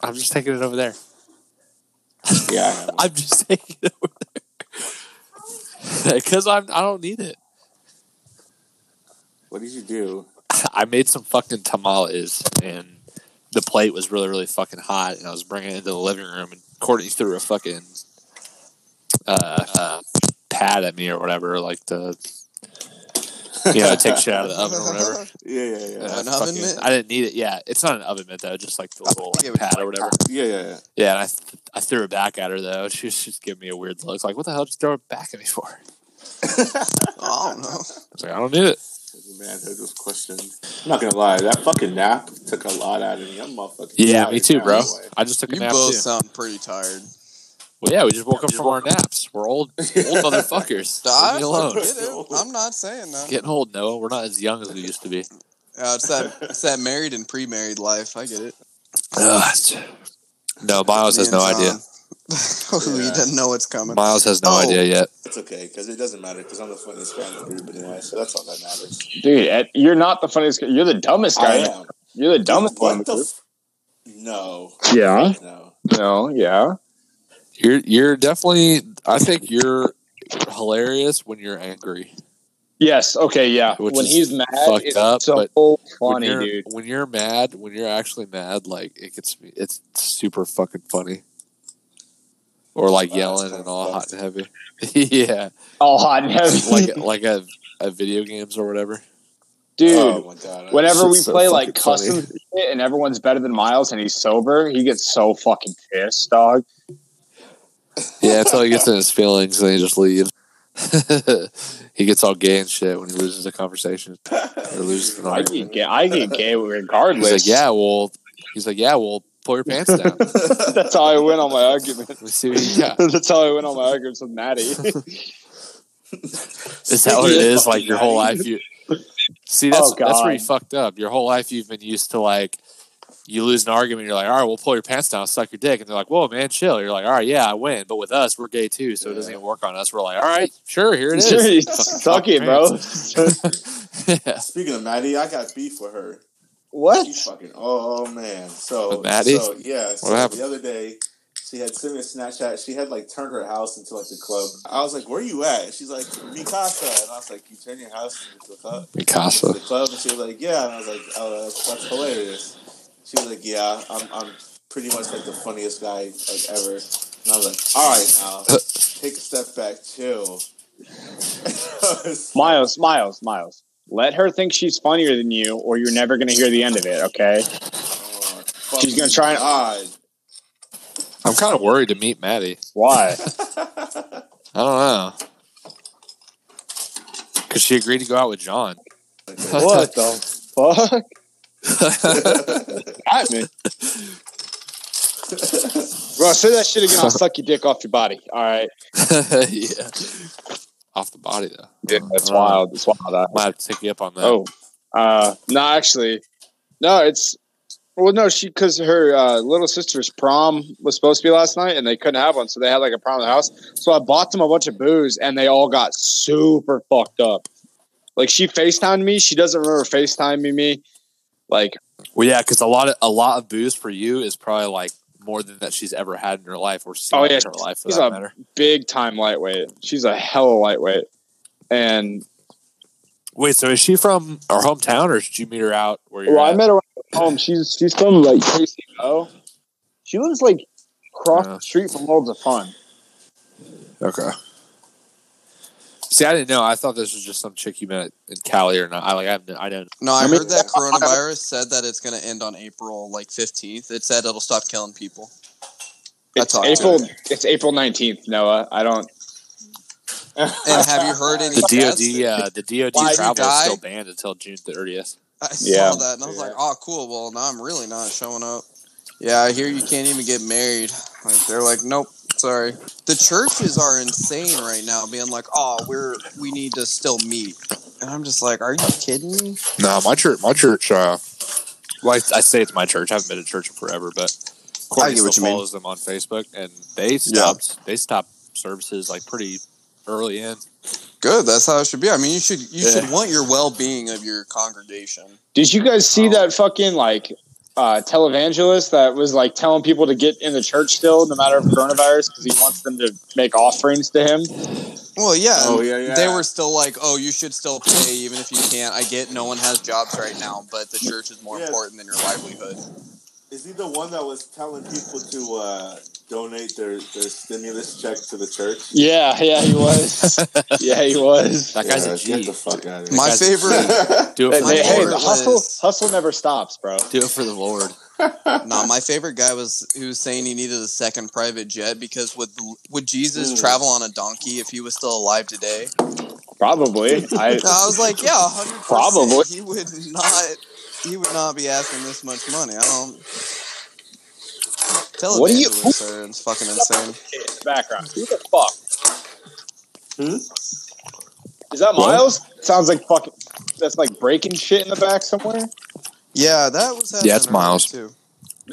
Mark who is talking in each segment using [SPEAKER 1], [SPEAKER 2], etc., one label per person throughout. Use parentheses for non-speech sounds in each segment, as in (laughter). [SPEAKER 1] I'm just taking it over there.
[SPEAKER 2] Yeah, I have one.
[SPEAKER 1] I'm just (laughs) taking it over there (laughs) because I'm I don't need it.
[SPEAKER 2] what did you do?
[SPEAKER 1] I made some fucking tamales and the plate was really really fucking hot and I was bringing it into the living room and Courtney threw a fucking uh, uh pad at me or whatever like the you know take shit out of the oven or whatever.
[SPEAKER 3] (laughs)
[SPEAKER 2] Yeah, yeah, yeah.
[SPEAKER 1] And I
[SPEAKER 3] An oven mitt?
[SPEAKER 1] I didn't need it. Yeah, it's not an oven mitt though, just like the little
[SPEAKER 3] Yeah,
[SPEAKER 1] like, pad or whatever.
[SPEAKER 2] yeah, yeah, yeah.
[SPEAKER 1] Yeah, and I th- I threw it back at her though. She was just giving me a weird look, like, "What the hell did you throw it back at me for?" I
[SPEAKER 3] I don't know.
[SPEAKER 1] was like, "I don't need it."
[SPEAKER 2] The manhood was questioned. I'm not gonna lie, that fucking nap took a lot out of me. I'm motherfucking.
[SPEAKER 1] Yeah,
[SPEAKER 2] tired
[SPEAKER 1] me too,
[SPEAKER 2] now
[SPEAKER 1] bro.
[SPEAKER 2] anyway.
[SPEAKER 1] I just took a
[SPEAKER 3] You
[SPEAKER 1] nap
[SPEAKER 3] both
[SPEAKER 1] too.
[SPEAKER 3] sound pretty tired.
[SPEAKER 1] Well, yeah, we just woke up from our naps. We're old, old motherfuckers. (laughs) Leave
[SPEAKER 3] I
[SPEAKER 1] me
[SPEAKER 3] don't
[SPEAKER 1] alone.
[SPEAKER 3] get it. I'm not saying that.
[SPEAKER 1] Getting old, Noah. We're not as young as we used to be.
[SPEAKER 3] Uh, it's that it's that married and pre-married life. I get it.
[SPEAKER 1] Ugh. No, Miles has
[SPEAKER 3] Me
[SPEAKER 1] no
[SPEAKER 3] and
[SPEAKER 1] idea.
[SPEAKER 3] Tom. (laughs) Ooh,
[SPEAKER 2] Yeah.
[SPEAKER 3] You didn't know it's coming.
[SPEAKER 1] Miles has no
[SPEAKER 3] Oh.
[SPEAKER 1] idea yet.
[SPEAKER 2] It's okay because it doesn't matter because I'm the funniest guy in the group anyway, so that's all that matters.
[SPEAKER 4] Dude, Ed, you're not the funniest guy. You're the dumbest guy.
[SPEAKER 2] I
[SPEAKER 4] in the-
[SPEAKER 2] am.
[SPEAKER 4] You're the dumbest guy. in
[SPEAKER 2] What
[SPEAKER 4] the
[SPEAKER 2] the?
[SPEAKER 4] group.
[SPEAKER 2] F- no,
[SPEAKER 4] yeah.
[SPEAKER 2] no.
[SPEAKER 4] No, yeah.
[SPEAKER 1] You're you're definitely. I think you're hilarious when you're angry.
[SPEAKER 4] Yes. Okay. Yeah.
[SPEAKER 1] Which
[SPEAKER 4] when
[SPEAKER 1] is
[SPEAKER 4] he's mad,
[SPEAKER 1] fucked
[SPEAKER 4] it's
[SPEAKER 1] up,
[SPEAKER 4] so
[SPEAKER 1] but
[SPEAKER 4] funny,
[SPEAKER 1] when you're,
[SPEAKER 4] dude.
[SPEAKER 1] When you're mad, when you're actually mad, like it gets me. It's super fucking funny. Or like
[SPEAKER 2] Wow,
[SPEAKER 1] yelling
[SPEAKER 2] that's
[SPEAKER 1] and all
[SPEAKER 2] kinda
[SPEAKER 1] hot and heavy. (laughs) yeah,
[SPEAKER 4] All hot
[SPEAKER 1] (laughs)
[SPEAKER 4] and heavy,
[SPEAKER 1] like like a, a video games or whatever.
[SPEAKER 4] dude.
[SPEAKER 2] oh my god. I-
[SPEAKER 4] Whenever we
[SPEAKER 1] It's so
[SPEAKER 4] play
[SPEAKER 1] fucking
[SPEAKER 4] like custom
[SPEAKER 1] funny.
[SPEAKER 4] shit and everyone's better than Miles and he's sober, he gets so fucking pissed, dog.
[SPEAKER 1] Yeah, until he gets in his feelings and he just leaves. (laughs) he gets all gay and shit when he loses a conversation or loses (laughs) an
[SPEAKER 4] I
[SPEAKER 1] argument.
[SPEAKER 4] get gay, I get
[SPEAKER 2] (laughs)
[SPEAKER 4] gay regardless.
[SPEAKER 1] He's like, yeah, well, he's like, yeah, well, pull your pants (laughs) down.
[SPEAKER 4] That's how I win on my
[SPEAKER 1] (laughs)
[SPEAKER 4] argument.
[SPEAKER 1] Let me see what you got.
[SPEAKER 4] (laughs) That's how I win on my arguments with Maddie.
[SPEAKER 1] Is that what it is? Like your whole life, you see that's
[SPEAKER 4] Oh,
[SPEAKER 1] that's where you
[SPEAKER 4] God.
[SPEAKER 1] fucked up. Your whole life, you've been used to like you lose an argument, you're like, all right, we'll pull your pants down, suck your dick, and they're like, whoa, man, chill. You're like, all right, yeah, I win, but with us, we're gay too, so it doesn't
[SPEAKER 2] Yeah.
[SPEAKER 1] even work on us. We're like, all right, sure, here it is.
[SPEAKER 4] (laughs) Sure, you
[SPEAKER 1] Fucking
[SPEAKER 4] suck it, bro. (laughs)
[SPEAKER 1] yeah.
[SPEAKER 2] (laughs) Speaking of Maddie, I got beef with her.
[SPEAKER 4] what?
[SPEAKER 2] She fucking oh man. So
[SPEAKER 1] With Maddie?
[SPEAKER 2] so, yeah. So
[SPEAKER 1] What happened?
[SPEAKER 2] The other day, she had sent me a Snapchat. She had like turned her house into like a club. I was like, "Where you at?" She's like, "Mi casa," and I was like, "You turn your house into a club?"
[SPEAKER 1] (laughs) Mikasa.
[SPEAKER 2] The club, and she was like, "Yeah," and I was like, "Oh, that's, that's hilarious." She was like, "Yeah, I'm I'm pretty much like the funniest guy like ever." And I was like, "All right,
[SPEAKER 1] (laughs)
[SPEAKER 2] now take a step back, chill." (laughs)
[SPEAKER 4] Miles, Miles, Miles. Let her think she's funnier than you, or you're never gonna hear the end of it, okay?
[SPEAKER 2] "Oh,
[SPEAKER 4] She's gonna try and-
[SPEAKER 2] odd.
[SPEAKER 1] I'm kind of worried to meet Maddie.
[SPEAKER 4] (laughs) Why?
[SPEAKER 1] I don't know because she agreed to go out with John.
[SPEAKER 4] what the fuck?
[SPEAKER 2] (laughs)
[SPEAKER 4] Got (laughs) me. Bro, say that shit again. I'll suck your dick off your body. All right.
[SPEAKER 1] (laughs) yeah, off the body though.
[SPEAKER 4] that's
[SPEAKER 1] I don't know.
[SPEAKER 4] wild. That's wild. I-
[SPEAKER 1] Might have to take you up on that.
[SPEAKER 4] Oh, uh, no, actually, no. It's well, no, she because her uh, little sister's prom was supposed to be last night, and they couldn't have one, so they had like a prom in the house. So I bought them a bunch of booze, and they all got super fucked up. Like she Facetimed me. She doesn't remember Facetiming me. Like
[SPEAKER 1] Well, yeah, because a lot of a lot of booze for you is probably like more than that she's ever had in her life or seen
[SPEAKER 4] Oh, yeah,
[SPEAKER 1] in her life for
[SPEAKER 4] she's
[SPEAKER 1] that
[SPEAKER 4] a-
[SPEAKER 1] matter.
[SPEAKER 4] big time lightweight. She's a hella lightweight, and
[SPEAKER 1] Wait, so is she from our hometown or did you meet her out where you're
[SPEAKER 4] Well, I
[SPEAKER 1] at?
[SPEAKER 4] met her at home. She's she's from like KCO. She lives like across
[SPEAKER 1] Yeah.
[SPEAKER 4] the street from Worlds of Fun.
[SPEAKER 1] okay. See, I didn't know. I thought this was just some chick you met in Cali or not. I like I have no- I don't.
[SPEAKER 3] No, I,
[SPEAKER 4] I mean-
[SPEAKER 3] heard that coronavirus said that it's going to end on April like 15th. It said it'll stop killing people.
[SPEAKER 4] It's
[SPEAKER 3] That's all.
[SPEAKER 4] April. It's April nineteenth, Noah. I don't.
[SPEAKER 3] And have you heard any
[SPEAKER 1] The
[SPEAKER 3] deaths?
[SPEAKER 1] DoD, uh, the DoD
[SPEAKER 3] Why you
[SPEAKER 1] travel is
[SPEAKER 3] die?
[SPEAKER 1] still banned until June thirtieth.
[SPEAKER 3] I saw
[SPEAKER 4] Yeah.
[SPEAKER 3] that and I was
[SPEAKER 4] Yeah.
[SPEAKER 3] like, oh, cool. Well, now I'm really not showing up. Yeah, I hear you can't even get married. Like they're like, nope, sorry. The churches are insane right now, being like, oh, we're we need to still meet. And I'm just like, are you kidding me?
[SPEAKER 1] No, my church, my church. Uh, well, I, I say it's my church. I haven't been to church in forever, but Courtney
[SPEAKER 3] I get what
[SPEAKER 1] still
[SPEAKER 3] you mean.
[SPEAKER 1] follows them on Facebook, and they stopped. They stopped services like pretty early in. (laughs)
[SPEAKER 3] Good. That's how it should be. I mean, you should you
[SPEAKER 1] Yeah.
[SPEAKER 3] should want your well being of your congregation.
[SPEAKER 4] Did you guys see
[SPEAKER 3] Oh.
[SPEAKER 4] that fucking like uh, televangelist that was like telling people to get in the church still, no matter if coronavirus, because he wants them to make offerings to him.
[SPEAKER 3] Well, yeah.
[SPEAKER 2] Oh, yeah, yeah.
[SPEAKER 3] They were still like, "Oh, you should still pay even if you can't." I get no one has jobs right now, but the church is more
[SPEAKER 2] Yeah.
[SPEAKER 3] important than your livelihood.
[SPEAKER 2] Is he the one that was telling people to uh, donate their, their stimulus check to the church?
[SPEAKER 4] Yeah, yeah, he was. (laughs) yeah, he was.
[SPEAKER 1] That guy's
[SPEAKER 2] Yeah,
[SPEAKER 1] a
[SPEAKER 2] Get
[SPEAKER 1] G.
[SPEAKER 2] the fuck out of here.
[SPEAKER 3] My
[SPEAKER 1] Guys-
[SPEAKER 2] (laughs)
[SPEAKER 3] favorite,
[SPEAKER 1] Do it
[SPEAKER 4] Hey,
[SPEAKER 1] for the
[SPEAKER 4] hey,
[SPEAKER 1] Lord.
[SPEAKER 4] the
[SPEAKER 3] Lord
[SPEAKER 4] hustle,
[SPEAKER 3] was-
[SPEAKER 4] hustle never stops, bro.
[SPEAKER 1] Do it for the Lord.
[SPEAKER 3] nah, my favorite guy was who was saying he needed a second private jet because would would Jesus
[SPEAKER 4] Hmm.
[SPEAKER 2] Mm.
[SPEAKER 3] travel on a donkey if he was still alive today?
[SPEAKER 4] Probably. (laughs) I
[SPEAKER 3] And I was like, yeah, hundred
[SPEAKER 4] Probably.
[SPEAKER 3] He would not. He would not be asking this much money. I don't.
[SPEAKER 4] What do you-
[SPEAKER 3] Televangelists are it's fucking insane.
[SPEAKER 4] background. Who the fuck?
[SPEAKER 2] Hmm?
[SPEAKER 4] Is that Miles? Sounds like fucking. That's like breaking shit in the back somewhere.
[SPEAKER 3] Yeah, that was.
[SPEAKER 1] Yeah, it's
[SPEAKER 3] happening earlier,
[SPEAKER 1] Miles.
[SPEAKER 3] Too.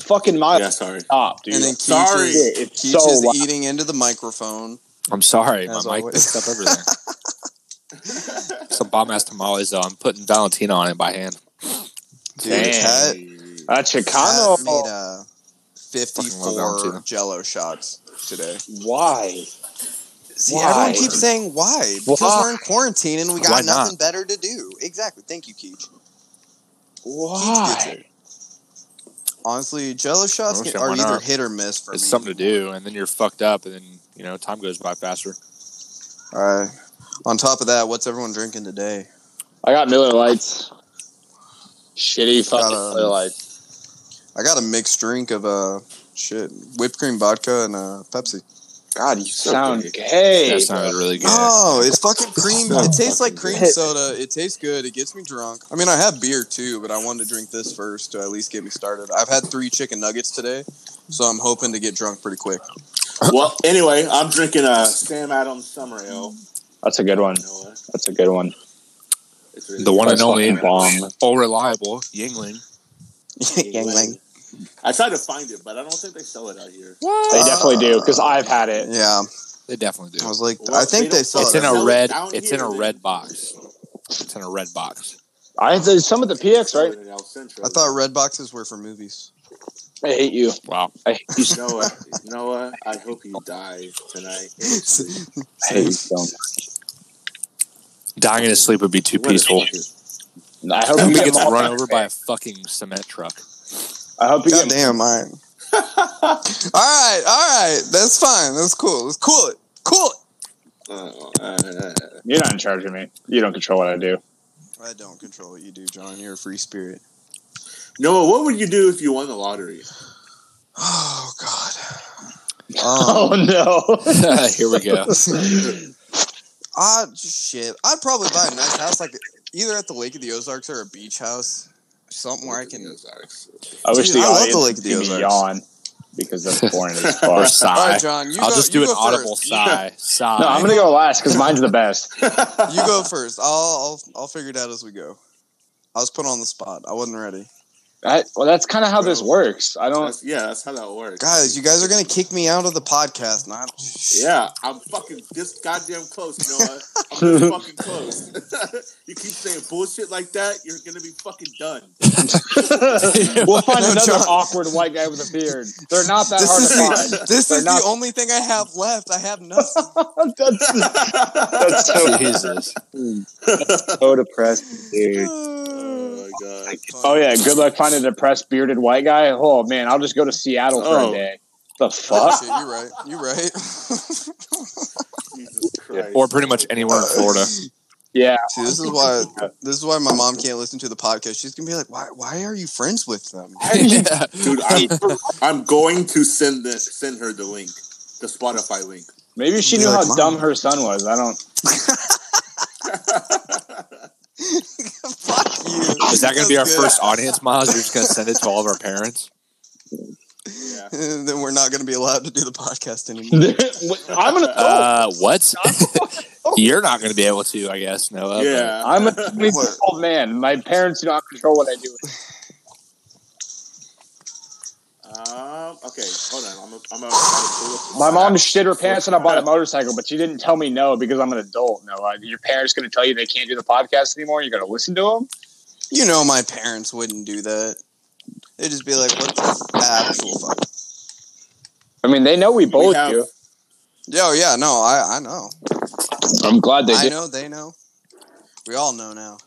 [SPEAKER 4] Fucking Miles.
[SPEAKER 2] Yeah, sorry.
[SPEAKER 4] Stop, dude.
[SPEAKER 3] And then
[SPEAKER 4] Sorry,
[SPEAKER 3] Keach is-
[SPEAKER 4] it's
[SPEAKER 3] Keach
[SPEAKER 4] so
[SPEAKER 3] is
[SPEAKER 4] loud.
[SPEAKER 3] eating into the microphone.
[SPEAKER 1] I'm sorry, my
[SPEAKER 3] As
[SPEAKER 1] mic
[SPEAKER 3] always.
[SPEAKER 1] picked up
[SPEAKER 3] (laughs)
[SPEAKER 1] everything. Some bomb ass tamales though. I'm putting Valentino on it by hand.
[SPEAKER 3] Dude,
[SPEAKER 4] Dang.
[SPEAKER 3] Tat,
[SPEAKER 4] A
[SPEAKER 3] Tat
[SPEAKER 4] Uh, Chicano.
[SPEAKER 3] made uh,
[SPEAKER 1] Fucking love
[SPEAKER 3] fifty-four
[SPEAKER 1] Valentino.
[SPEAKER 3] Jello shots today.
[SPEAKER 4] Why?
[SPEAKER 3] See,
[SPEAKER 4] Why?
[SPEAKER 3] everyone keeps saying why because
[SPEAKER 1] Why?
[SPEAKER 3] we're in quarantine and we got
[SPEAKER 1] Why not?
[SPEAKER 3] nothing better to do. Exactly. Thank you, Keach.
[SPEAKER 4] Why?
[SPEAKER 3] Honestly, Jello shots
[SPEAKER 1] Oh,
[SPEAKER 3] can-
[SPEAKER 1] shit,
[SPEAKER 3] are
[SPEAKER 1] why
[SPEAKER 3] either
[SPEAKER 1] not?
[SPEAKER 3] hit or miss for
[SPEAKER 1] It's
[SPEAKER 3] me.
[SPEAKER 1] something to do, and then you're fucked up, and then you know time goes by faster.
[SPEAKER 3] All right. On top of that, what's everyone drinking today?
[SPEAKER 4] I got Miller Lights. Shitty fucking
[SPEAKER 3] Got, um,
[SPEAKER 4] Miller Lights.
[SPEAKER 3] I got a mixed drink of uh shit whipped cream vodka and uh Pepsi.
[SPEAKER 4] God,
[SPEAKER 1] (laughs)
[SPEAKER 4] you sound
[SPEAKER 2] gay.
[SPEAKER 4] gay.
[SPEAKER 1] That sounded
[SPEAKER 4] bro.
[SPEAKER 1] really good.
[SPEAKER 3] Oh, it's
[SPEAKER 1] (laughs)
[SPEAKER 3] fucking cream.
[SPEAKER 2] No,
[SPEAKER 3] It tastes like
[SPEAKER 2] fucking
[SPEAKER 3] cream
[SPEAKER 4] good.
[SPEAKER 3] soda. It tastes good. It gets me drunk. I mean, I have beer too, but I wanted to drink this first to at least get me started. I've had three chicken nuggets today, so I'm hoping to get drunk pretty quick.
[SPEAKER 2] Well, anyway, I'm drinking a Sam Adams Summer Ale.
[SPEAKER 4] That's a good one.
[SPEAKER 2] You know what?
[SPEAKER 4] That's a good one.
[SPEAKER 2] It's really
[SPEAKER 1] the one and
[SPEAKER 4] That's
[SPEAKER 1] only (laughs)
[SPEAKER 4] fucking bomb.
[SPEAKER 1] all Oh, reliable Yingling.
[SPEAKER 3] Yingling.
[SPEAKER 2] I tried to find it, but I don't think they sell it out here.
[SPEAKER 4] They definitely do because I've had it.
[SPEAKER 3] Yeah,
[SPEAKER 1] They definitely
[SPEAKER 3] I
[SPEAKER 1] do.
[SPEAKER 3] was like,
[SPEAKER 2] Well,
[SPEAKER 3] I think
[SPEAKER 2] they
[SPEAKER 3] they
[SPEAKER 2] don't
[SPEAKER 3] sell
[SPEAKER 1] It's
[SPEAKER 3] it.
[SPEAKER 1] in
[SPEAKER 2] sell
[SPEAKER 1] a
[SPEAKER 2] it
[SPEAKER 1] red.
[SPEAKER 2] down
[SPEAKER 1] It's in a
[SPEAKER 2] here, they-
[SPEAKER 1] red box. It's in a red box.
[SPEAKER 4] I there's some of the PX, right?
[SPEAKER 2] In El Centro.
[SPEAKER 3] I thought red boxes were
[SPEAKER 2] (laughs)
[SPEAKER 3] for movies.
[SPEAKER 4] I hate you.
[SPEAKER 1] Wow.
[SPEAKER 4] I hate you.
[SPEAKER 1] (laughs)
[SPEAKER 4] so-
[SPEAKER 2] Noah, Noah, I hope you die tonight.
[SPEAKER 4] I hate you so much.
[SPEAKER 1] Dying to sleep would be too
[SPEAKER 2] What a
[SPEAKER 1] peaceful.
[SPEAKER 2] fucking-
[SPEAKER 4] I hope you
[SPEAKER 1] He
[SPEAKER 4] get
[SPEAKER 1] gets
[SPEAKER 4] more-
[SPEAKER 1] run over by a fucking cement truck.
[SPEAKER 4] I hope you get.
[SPEAKER 2] (laughs)
[SPEAKER 3] Goddamn, I. all right, all right, that's fine. That's cool. Let's cool it. Cool it.
[SPEAKER 2] Oh, uh,
[SPEAKER 4] You're not in charge of me. You don't control what I do.
[SPEAKER 3] I don't control what you do, John. You're a free spirit. (sighs)
[SPEAKER 2] Noah, what would you do if you won the lottery?
[SPEAKER 3] Oh God.
[SPEAKER 4] (laughs)
[SPEAKER 3] Um,
[SPEAKER 2] (laughs)
[SPEAKER 4] Oh no.
[SPEAKER 1] Um, (laughs) Here we go.
[SPEAKER 4] (laughs)
[SPEAKER 3] Ah, shit. I'd probably buy a nice house, like either at the Lake of the Ozarks or a beach house, something where I can.
[SPEAKER 4] I wish
[SPEAKER 3] Dude, I
[SPEAKER 4] the
[SPEAKER 3] love
[SPEAKER 4] audience
[SPEAKER 3] the Lake of
[SPEAKER 4] could
[SPEAKER 3] the
[SPEAKER 4] see me
[SPEAKER 3] Ozarks.
[SPEAKER 4] yawn because that's boring
[SPEAKER 1] (laughs)
[SPEAKER 3] (laughs)
[SPEAKER 4] as
[SPEAKER 1] Or
[SPEAKER 4] fuck.
[SPEAKER 3] All
[SPEAKER 1] sigh.
[SPEAKER 3] right, John, you
[SPEAKER 1] I'll
[SPEAKER 3] go,
[SPEAKER 1] just do
[SPEAKER 3] you
[SPEAKER 1] an
[SPEAKER 3] go
[SPEAKER 1] audible
[SPEAKER 3] (laughs) first.
[SPEAKER 1] sigh. Sigh.
[SPEAKER 4] No, I'm
[SPEAKER 1] (laughs)
[SPEAKER 4] gonna go last because mine's the best.
[SPEAKER 3] You go first. I'll, I'll I'll figure it out as we go. I was put on the spot. I wasn't ready.
[SPEAKER 4] I, well, that's kind of how this works. I
[SPEAKER 2] (laughs)
[SPEAKER 4] don't.
[SPEAKER 2] That's, yeah, that's how that works.
[SPEAKER 3] Guys, you guys are gonna kick me out of the podcast. Not
[SPEAKER 2] Yeah, I'm fucking this goddamn close, Noah. I'm
[SPEAKER 4] (laughs)
[SPEAKER 2] this fucking close. (laughs) you keep saying bullshit like that, you're gonna be fucking done. (laughs)
[SPEAKER 4] (laughs) we'll find
[SPEAKER 3] (laughs) No,
[SPEAKER 4] another
[SPEAKER 3] John.
[SPEAKER 4] awkward white guy with a beard. They're not that
[SPEAKER 3] This
[SPEAKER 4] hard
[SPEAKER 3] is
[SPEAKER 4] to
[SPEAKER 3] the, (laughs)
[SPEAKER 4] find.
[SPEAKER 3] this
[SPEAKER 4] They're
[SPEAKER 3] is
[SPEAKER 4] not-
[SPEAKER 3] the only thing I have left. I have nothing.
[SPEAKER 4] that's, that's so,
[SPEAKER 1] (laughs) (laughs) Jesus.
[SPEAKER 4] so depressing, dude.
[SPEAKER 3] Uh,
[SPEAKER 2] oh my god.
[SPEAKER 4] Oh yeah, good luck finding a depressed bearded white guy. Oh man, I'll just go to Seattle for
[SPEAKER 2] Oh.
[SPEAKER 4] a day. The
[SPEAKER 3] Oh,
[SPEAKER 4] fuck?
[SPEAKER 3] shit, you're right. You're right. (laughs)
[SPEAKER 2] Jesus Christ.
[SPEAKER 1] Or pretty much anywhere in Florida.
[SPEAKER 4] Yeah,
[SPEAKER 3] See, this is why this is why my mom can't listen to the podcast. She's gonna be like, "Why? Why are you friends with them?" (laughs)
[SPEAKER 1] (laughs) yeah.
[SPEAKER 2] Dude, I'm,
[SPEAKER 1] (laughs)
[SPEAKER 2] I'm going to send the, send her the link, the Spotify link.
[SPEAKER 4] maybe she
[SPEAKER 3] Be
[SPEAKER 4] knew
[SPEAKER 3] like,
[SPEAKER 4] how
[SPEAKER 3] "Mom."
[SPEAKER 4] dumb her son was. I
[SPEAKER 3] (laughs)
[SPEAKER 4] don't. (laughs)
[SPEAKER 3] Fuck you.
[SPEAKER 1] Is that going to be our
[SPEAKER 3] That's
[SPEAKER 1] first audience, Miles? You're just going to send it to all of our parents?
[SPEAKER 2] Yeah.
[SPEAKER 3] good. (laughs) then we're not gonna be allowed to do the podcast
[SPEAKER 4] (laughs)
[SPEAKER 3] anymore.
[SPEAKER 4] I'm gonna.
[SPEAKER 1] Uh, what? You're not going to be able to, I guess, Noah.
[SPEAKER 2] Yeah.
[SPEAKER 3] (laughs)
[SPEAKER 4] I'm a 22 year old man. My parents do not control what I do.
[SPEAKER 2] (laughs) Um, okay, hold on. I'm a, I'm a, I'm a
[SPEAKER 4] My mom shit her pants when I bought a motorcycle, but she didn't tell me no because I'm an adult. No, uh, your parents going to tell you they can't do the podcast anymore. You're going to listen to them.
[SPEAKER 3] You know, my parents wouldn't do that. They just be like, "What the actual fuck?"
[SPEAKER 4] I mean, they know we both
[SPEAKER 5] have-
[SPEAKER 4] do.
[SPEAKER 3] Yo, yeah, no, I, I know,
[SPEAKER 4] I'm glad they
[SPEAKER 3] I
[SPEAKER 4] do.
[SPEAKER 3] know, they know. We all know now.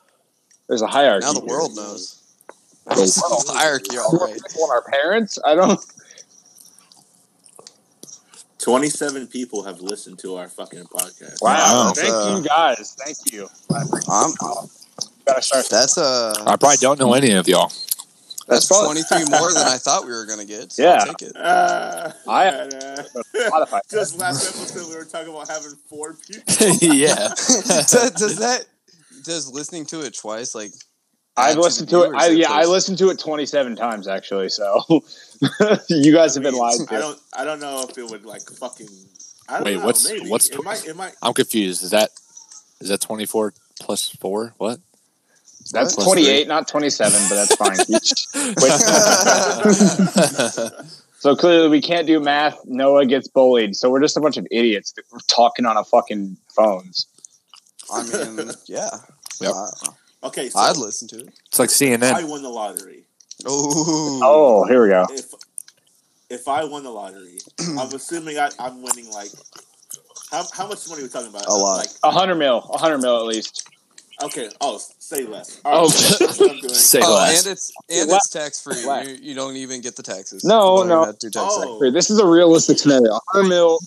[SPEAKER 4] There's a hierarchy.
[SPEAKER 3] Now the
[SPEAKER 4] here.
[SPEAKER 3] world knows.
[SPEAKER 4] There's-
[SPEAKER 3] It's
[SPEAKER 4] (laughs)
[SPEAKER 3] a hierarchy, all (laughs)
[SPEAKER 4] More
[SPEAKER 3] right.
[SPEAKER 4] people than our parents. I don't.
[SPEAKER 2] 27 people have listened to our fucking podcast.
[SPEAKER 4] Wow.
[SPEAKER 3] Wow.
[SPEAKER 5] Thank
[SPEAKER 3] Uh,
[SPEAKER 5] you guys. Thank you.
[SPEAKER 3] I'm,
[SPEAKER 5] Gotta start.
[SPEAKER 3] that's uh,
[SPEAKER 1] I probably don't know any of y'all. (laughs)
[SPEAKER 3] that's
[SPEAKER 4] That's fun.
[SPEAKER 3] twenty three more than I thought we were gonna get. So
[SPEAKER 4] Yeah.
[SPEAKER 3] I'll take it. (laughs)
[SPEAKER 2] Uh,
[SPEAKER 4] I-
[SPEAKER 2] uh,
[SPEAKER 4] Spotify.
[SPEAKER 2] just last episode we were talking about having four people.
[SPEAKER 1] yeah.
[SPEAKER 3] does, does that does listening to it twice like? add
[SPEAKER 4] I've
[SPEAKER 3] the
[SPEAKER 4] listened to it. I,
[SPEAKER 3] viewership
[SPEAKER 4] yeah, I
[SPEAKER 3] list?
[SPEAKER 4] listened to it 27 times actually. So (laughs) you guys have been lied
[SPEAKER 2] I
[SPEAKER 4] to.
[SPEAKER 2] don't. I don't know if it would like fucking. I don't
[SPEAKER 1] Wait,
[SPEAKER 2] know,
[SPEAKER 1] what's-
[SPEAKER 2] maybe.
[SPEAKER 1] what's-
[SPEAKER 2] it might it might
[SPEAKER 1] I'm confused. Is that is that 24 plus 4? What? (laughs)
[SPEAKER 4] That's
[SPEAKER 1] Plus
[SPEAKER 4] 28, not 27, but that's fine.
[SPEAKER 3] (laughs)
[SPEAKER 1] (laughs)
[SPEAKER 4] so clearly, we can't do math. Noah gets bullied, so we're just a bunch of idiots that we're talking on a fucking phones.
[SPEAKER 3] I mean, yeah.
[SPEAKER 1] (laughs) Yep.
[SPEAKER 3] I,
[SPEAKER 2] okay. So
[SPEAKER 3] I'd listen to it.
[SPEAKER 1] It's like
[SPEAKER 2] I
[SPEAKER 1] CNN.
[SPEAKER 2] won the lottery.
[SPEAKER 3] Oh,
[SPEAKER 4] Oh, here we go.
[SPEAKER 2] If if I won the lottery, I'm assuming I, I'm winning like how, how much money are we talking about? Uh,
[SPEAKER 3] A lot.
[SPEAKER 2] Like
[SPEAKER 4] A hundred mil, a hundred mil at least.
[SPEAKER 2] okay. Oh, say less.
[SPEAKER 4] Oh.
[SPEAKER 2] so that's what I'm doing.
[SPEAKER 1] Say
[SPEAKER 3] Oh,
[SPEAKER 1] less.
[SPEAKER 3] and it's and
[SPEAKER 4] What?
[SPEAKER 3] it's tax free.
[SPEAKER 4] What?
[SPEAKER 3] You, you don't even get the taxes. You
[SPEAKER 4] No,
[SPEAKER 3] don't even
[SPEAKER 4] no.
[SPEAKER 3] have to do tax
[SPEAKER 2] Oh,
[SPEAKER 4] This is a realistic scenario. A hundred mil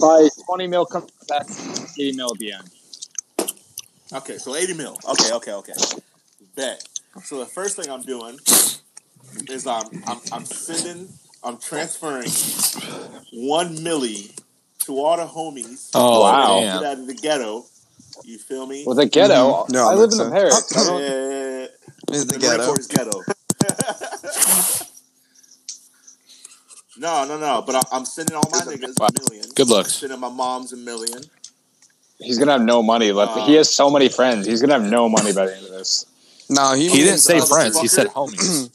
[SPEAKER 4] by twenty mil comes back, eighty mil at the end.
[SPEAKER 2] Okay, so 80 mil. Okay, okay, okay. Bet. So the first thing I'm doing is I'm I'm, I'm sending, I'm transferring one milli to all the homies
[SPEAKER 1] Oh,
[SPEAKER 4] Wow.
[SPEAKER 2] get
[SPEAKER 1] damn.
[SPEAKER 2] out of the ghetto. You feel me?
[SPEAKER 4] With a ghetto,
[SPEAKER 3] Mhm. No,
[SPEAKER 4] I
[SPEAKER 3] it
[SPEAKER 4] live
[SPEAKER 3] makes
[SPEAKER 4] in
[SPEAKER 3] sense.
[SPEAKER 4] the barracks. I
[SPEAKER 2] Yeah,
[SPEAKER 1] uh,
[SPEAKER 4] don't-
[SPEAKER 2] yeah,
[SPEAKER 3] tax.
[SPEAKER 2] yeah.
[SPEAKER 3] Is the
[SPEAKER 2] Marine
[SPEAKER 3] ghetto.
[SPEAKER 2] Corps is ghetto. (laughs) no, no, no. But I, I'm sending all my niggas
[SPEAKER 1] Wow.
[SPEAKER 2] a million.
[SPEAKER 1] Good
[SPEAKER 2] I'm
[SPEAKER 1] looks.
[SPEAKER 2] sending my mom's a million.
[SPEAKER 4] He's gonna have no money left.
[SPEAKER 2] Uh,
[SPEAKER 4] he has so many friends. He's gonna have no money by the end of this.
[SPEAKER 3] No, he,
[SPEAKER 1] He didn't
[SPEAKER 3] means
[SPEAKER 1] say
[SPEAKER 3] us.
[SPEAKER 1] friends. He said
[SPEAKER 2] motherfucker.
[SPEAKER 1] homies.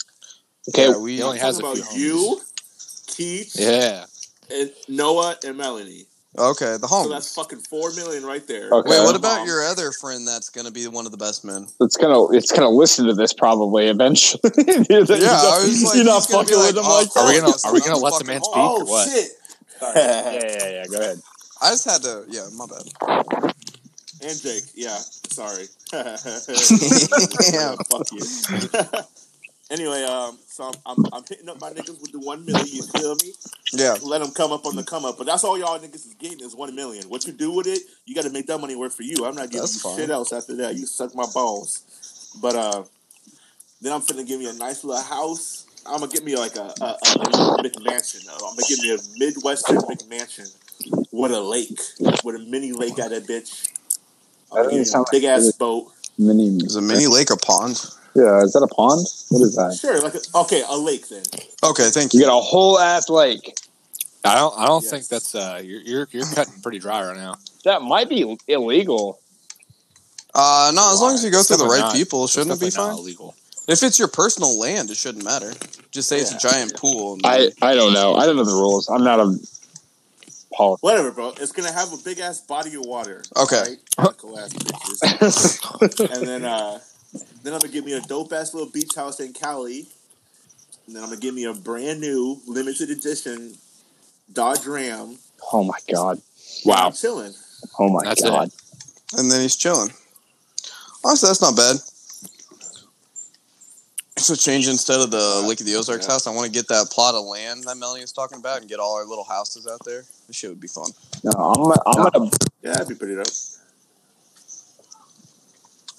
[SPEAKER 4] Okay,
[SPEAKER 3] Yeah, we
[SPEAKER 1] He only
[SPEAKER 2] I'm
[SPEAKER 1] has
[SPEAKER 2] talking
[SPEAKER 1] a few
[SPEAKER 2] about
[SPEAKER 1] homies.
[SPEAKER 2] you, Keith,
[SPEAKER 1] Yeah.
[SPEAKER 2] and Noah, and Melanie.
[SPEAKER 3] okay. The
[SPEAKER 2] So
[SPEAKER 3] homies.
[SPEAKER 2] that's fucking four million right there.
[SPEAKER 4] Okay.
[SPEAKER 3] Wait, what
[SPEAKER 2] Mom.
[SPEAKER 3] about your other friend? That's gonna be one of the best men.
[SPEAKER 4] it's gonna it's gonna listen to this probably eventually. (laughs) yeah, you're
[SPEAKER 3] Yeah, I was like,
[SPEAKER 4] you're not
[SPEAKER 3] he's gonna
[SPEAKER 4] fucking
[SPEAKER 3] be
[SPEAKER 4] with him
[SPEAKER 3] like,
[SPEAKER 4] like
[SPEAKER 1] Are
[SPEAKER 3] oh,
[SPEAKER 4] that.
[SPEAKER 1] we
[SPEAKER 3] fuck,
[SPEAKER 1] gonna
[SPEAKER 3] yes,
[SPEAKER 1] are we
[SPEAKER 3] I'm
[SPEAKER 1] gonna
[SPEAKER 3] the
[SPEAKER 1] let the
[SPEAKER 3] fucking
[SPEAKER 1] man speak
[SPEAKER 3] home.
[SPEAKER 1] or
[SPEAKER 2] Oh
[SPEAKER 1] what? (laughs)
[SPEAKER 2] shit!
[SPEAKER 4] Yeah, yeah, yeah. Go ahead.
[SPEAKER 3] I just had to. Yeah, my bad.
[SPEAKER 2] And Jake, yeah, sorry. (laughs)
[SPEAKER 3] Damn.
[SPEAKER 2] Fuck you. (laughs) anyway, um, so I'm, I'm I'm hitting up my niggas with the one million. You feel me?
[SPEAKER 3] Yeah,
[SPEAKER 2] Let them come up on the come up. But that's all y'all niggas is getting is one million. What you do with it? You got to make that money work for you. I'm not giving
[SPEAKER 3] That's
[SPEAKER 2] you
[SPEAKER 3] fine.
[SPEAKER 2] shit else after that. You suck my balls. But uh, then I'm finna give me a nice little house. I'm gonna get me like a, a, a McMansion. I'm gonna give me a Midwestern McMansion with a lake, with a mini lake at that bitch. I'm gonna give
[SPEAKER 4] That doesn't
[SPEAKER 2] me a
[SPEAKER 4] sound like
[SPEAKER 2] big ass
[SPEAKER 4] it.
[SPEAKER 2] boat.
[SPEAKER 4] Mini.
[SPEAKER 3] is a mini lake or pond?
[SPEAKER 4] Yeah, is that a pond? What is that?
[SPEAKER 2] Sure, like a, okay, a lake then.
[SPEAKER 3] Okay, thank
[SPEAKER 4] You
[SPEAKER 3] you.
[SPEAKER 4] got a whole ass lake.
[SPEAKER 1] I don't I don't
[SPEAKER 2] Yes.
[SPEAKER 1] think that's uh you're, you're you're cutting pretty dry right now.
[SPEAKER 4] That might be illegal.
[SPEAKER 3] Uh, no, as long as you go
[SPEAKER 1] It's
[SPEAKER 3] through the right
[SPEAKER 1] definitely not-
[SPEAKER 3] people, shouldn't it be
[SPEAKER 1] Definitely not
[SPEAKER 3] fine?
[SPEAKER 1] illegal.
[SPEAKER 3] If it's your personal land, it shouldn't matter. Just say it's a
[SPEAKER 2] Yeah.
[SPEAKER 3] giant pool. And
[SPEAKER 4] I I don't know. I don't know the rules. I'm not a politician.
[SPEAKER 2] Whatever, bro. It's gonna have a big ass body of water.
[SPEAKER 3] Okay.
[SPEAKER 2] alright? Cool ass bitches.
[SPEAKER 4] (laughs)
[SPEAKER 2] and then uh, then I'm gonna give me a dope ass little beach house in Cali. And then I'm gonna give me a brand new limited edition Dodge Ram.
[SPEAKER 4] Oh my god.
[SPEAKER 1] Wow.
[SPEAKER 2] I'm chilling.
[SPEAKER 4] Oh my
[SPEAKER 1] That's
[SPEAKER 4] god.
[SPEAKER 3] and then he's chilling. Honestly, that's not bad. So change instead of the Lake of the Ozarks
[SPEAKER 2] Yeah.
[SPEAKER 3] house, I want to get that plot of land that Melanie was talking about and get all our little houses out there. This shit would be fun.
[SPEAKER 4] No, I'm I'm gonna
[SPEAKER 2] Yeah, that'd be pretty dope.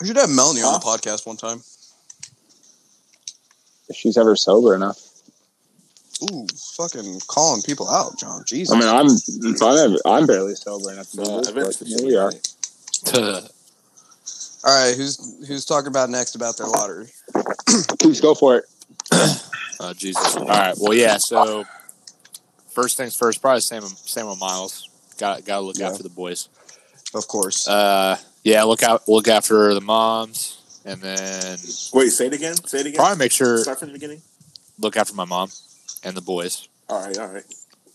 [SPEAKER 3] We should have Melanie on the
[SPEAKER 2] Huh?
[SPEAKER 3] podcast one time.
[SPEAKER 4] if she's ever sober enough.
[SPEAKER 3] Ooh, fucking calling people out, John. Jesus.
[SPEAKER 4] I mean, I'm I'm, I'm barely sober enough. To do
[SPEAKER 2] Uh,
[SPEAKER 4] this, but
[SPEAKER 2] eventually
[SPEAKER 4] here we are.
[SPEAKER 3] all right, who's who's talking about next about their lottery?
[SPEAKER 4] Please go for it.
[SPEAKER 1] Oh Jesus! All right. Well, yeah. So first things first, probably Sam Sam and Miles. Got got to look
[SPEAKER 3] Yeah.
[SPEAKER 1] out for the boys.
[SPEAKER 3] Of course.
[SPEAKER 1] Uh, yeah. Look out. Look after the moms, and then
[SPEAKER 2] Wait, say it again. Say it again.
[SPEAKER 1] probably make sure
[SPEAKER 2] Start from the beginning.
[SPEAKER 1] look after my mom and the boys.
[SPEAKER 2] All right, all right.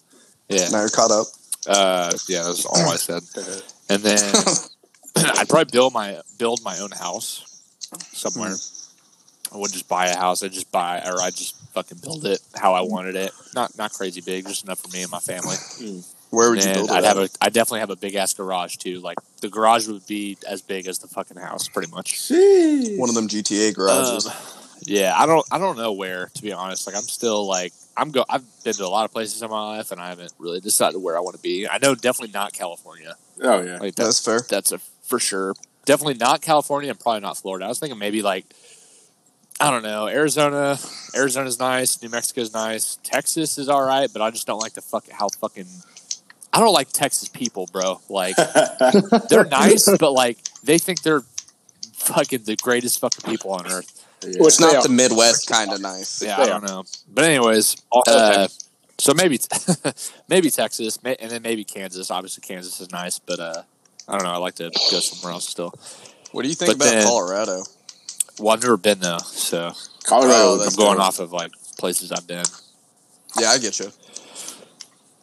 [SPEAKER 2] (laughs)
[SPEAKER 1] Yeah.
[SPEAKER 3] now you're caught up.
[SPEAKER 1] Uh, yeah. That's all I said. And then (clears throat) I'd probably build my build my own house somewhere. I wouldn't just buy a house. I'd just buy, or I'd just fucking build it how I wanted it. Not not crazy big, just enough for me and my family.
[SPEAKER 3] Where would you
[SPEAKER 1] And
[SPEAKER 3] build it?
[SPEAKER 1] I'd
[SPEAKER 3] at?
[SPEAKER 1] have a, I definitely have a big ass garage too. Like the garage would be as big as the fucking house, pretty much.
[SPEAKER 2] Jeez.
[SPEAKER 3] One of them GTA garages.
[SPEAKER 1] Um, yeah, I don't, I don't know where to be honest. Like I'm still like I'm go. I've been to a lot of places in my life, and I haven't really decided where I want to be. I know definitely not California.
[SPEAKER 2] Oh yeah. (laughs)
[SPEAKER 1] Like that's
[SPEAKER 3] That's fair.
[SPEAKER 1] that's a for sure. Definitely not California, and probably not Florida. I was thinking maybe like I don't know, Arizona. Arizona's nice. New Mexico's nice. Texas is all right, but I just don't like the fuck how fucking. I don't like Texas people, bro. Like they're nice, but like they think they're fucking the greatest fucking people on earth.
[SPEAKER 4] Which
[SPEAKER 3] It's
[SPEAKER 4] they
[SPEAKER 3] not
[SPEAKER 4] are.
[SPEAKER 3] the Midwest kind of nice.
[SPEAKER 1] Yeah,
[SPEAKER 4] They
[SPEAKER 1] I don't know. But anyways, uh, so maybe (laughs) maybe Texas, may, and then maybe Kansas. Obviously, Kansas is nice, but uh, I don't know. I like to go somewhere else still.
[SPEAKER 3] What do you think
[SPEAKER 1] But
[SPEAKER 3] about
[SPEAKER 1] then-
[SPEAKER 3] Colorado?
[SPEAKER 1] Well, I've never been though, so
[SPEAKER 3] Oh,
[SPEAKER 2] Colorado.
[SPEAKER 3] that's
[SPEAKER 1] I'm going
[SPEAKER 3] good.
[SPEAKER 1] off of like places I've been.
[SPEAKER 3] Yeah, I get you.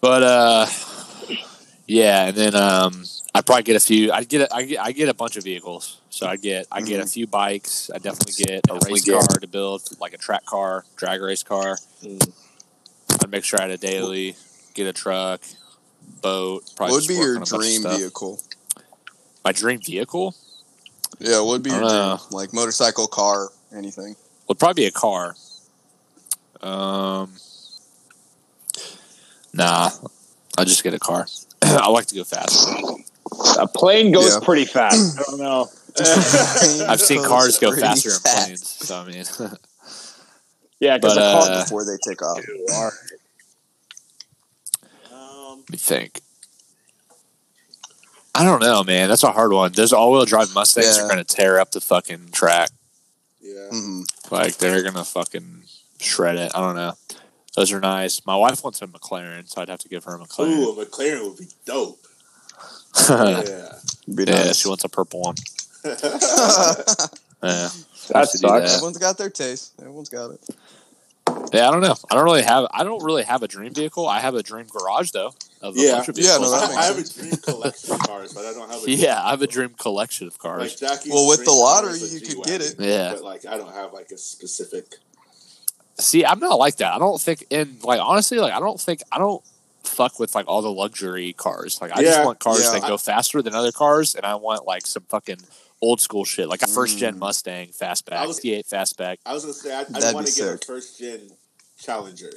[SPEAKER 1] But uh, yeah, and then um, I'd probably get a few. I'd get a, I get I get a bunch of vehicles. So I get I
[SPEAKER 3] Mm-hmm.
[SPEAKER 1] get a few bikes. I definitely get a race
[SPEAKER 2] get-
[SPEAKER 1] car to build, like a track car, drag race car.
[SPEAKER 2] Mm.
[SPEAKER 3] Mm-hmm.
[SPEAKER 1] I'd make sure I had a daily. Get a truck, boat. Probably
[SPEAKER 3] What would
[SPEAKER 1] just
[SPEAKER 3] be
[SPEAKER 1] work on
[SPEAKER 3] your
[SPEAKER 1] a bunch of
[SPEAKER 3] dream
[SPEAKER 1] stuff.
[SPEAKER 3] vehicle?
[SPEAKER 1] My dream vehicle
[SPEAKER 3] Yeah, what would be
[SPEAKER 1] I
[SPEAKER 3] your
[SPEAKER 1] don't
[SPEAKER 3] dream?
[SPEAKER 1] know.
[SPEAKER 3] Like motorcycle, car, anything.
[SPEAKER 1] would probably be a car. Um, nah, I'll just get a car. (clears throat) I like to go fast.
[SPEAKER 4] A plane goes
[SPEAKER 3] Yeah.
[SPEAKER 4] pretty fast. I don't know.
[SPEAKER 1] (laughs) I've
[SPEAKER 3] (laughs)
[SPEAKER 1] seen
[SPEAKER 3] Oh,
[SPEAKER 1] cars go faster in
[SPEAKER 3] than
[SPEAKER 1] planes. So I mean, (laughs)
[SPEAKER 4] Yeah, because
[SPEAKER 1] But,
[SPEAKER 4] a car
[SPEAKER 1] uh,
[SPEAKER 3] before they take off.
[SPEAKER 2] Um,
[SPEAKER 1] let me think. I don't know, man. That's a hard one. Those all-wheel drive Mustangs
[SPEAKER 3] Yeah.
[SPEAKER 1] are going to tear up the fucking track.
[SPEAKER 2] yeah.
[SPEAKER 1] Mm-hmm. (laughs)
[SPEAKER 3] hmm
[SPEAKER 1] Like they're going to fucking shred it. I don't know. Those are nice. My wife wants a McLaren, so I'd have to give her a McLaren.
[SPEAKER 2] Ooh, a McLaren would be dope.
[SPEAKER 1] (laughs) yeah,
[SPEAKER 2] Yeah.
[SPEAKER 4] uh,
[SPEAKER 3] Be nice.
[SPEAKER 1] she wants a purple one. Yeah,
[SPEAKER 4] that
[SPEAKER 1] to do
[SPEAKER 4] sucks.
[SPEAKER 3] Everyone's got their taste. Everyone's got it.
[SPEAKER 1] yeah. I don't know. I don't really have. I don't really have a dream vehicle. I have a dream garage though. Of a
[SPEAKER 2] Yeah.
[SPEAKER 1] bunch of
[SPEAKER 3] Yeah,
[SPEAKER 1] vehicles.
[SPEAKER 3] no,
[SPEAKER 2] (laughs)
[SPEAKER 3] Oh, that
[SPEAKER 2] I,
[SPEAKER 3] makes
[SPEAKER 2] I have a dream collection of cars, but I don't
[SPEAKER 3] (laughs)
[SPEAKER 2] have
[SPEAKER 1] (laughs)
[SPEAKER 2] a
[SPEAKER 1] yeah. I have a dream collection of cars.
[SPEAKER 2] Like Jackie's
[SPEAKER 3] Well, with
[SPEAKER 2] dream
[SPEAKER 3] the
[SPEAKER 2] car
[SPEAKER 3] lottery,
[SPEAKER 2] is a
[SPEAKER 3] you could
[SPEAKER 2] G-Wagon,
[SPEAKER 3] get it.
[SPEAKER 1] yeah.
[SPEAKER 2] But like, I don't have like a specific.
[SPEAKER 1] See, I'm not like that. I don't think, and like honestly, like I don't think I don't fuck with like all the luxury cars. Like I
[SPEAKER 2] Yeah,
[SPEAKER 1] just want cars
[SPEAKER 3] yeah.
[SPEAKER 1] that go faster than other cars, and I want like some fucking old school shit, like a first gen
[SPEAKER 3] Mm.
[SPEAKER 1] Mustang
[SPEAKER 2] I
[SPEAKER 1] fastback,
[SPEAKER 2] was-
[SPEAKER 1] C8 fastback.
[SPEAKER 2] I was gonna say I, I
[SPEAKER 3] That'd
[SPEAKER 2] want
[SPEAKER 3] be
[SPEAKER 2] to get
[SPEAKER 3] sick.
[SPEAKER 2] a first gen Challenger.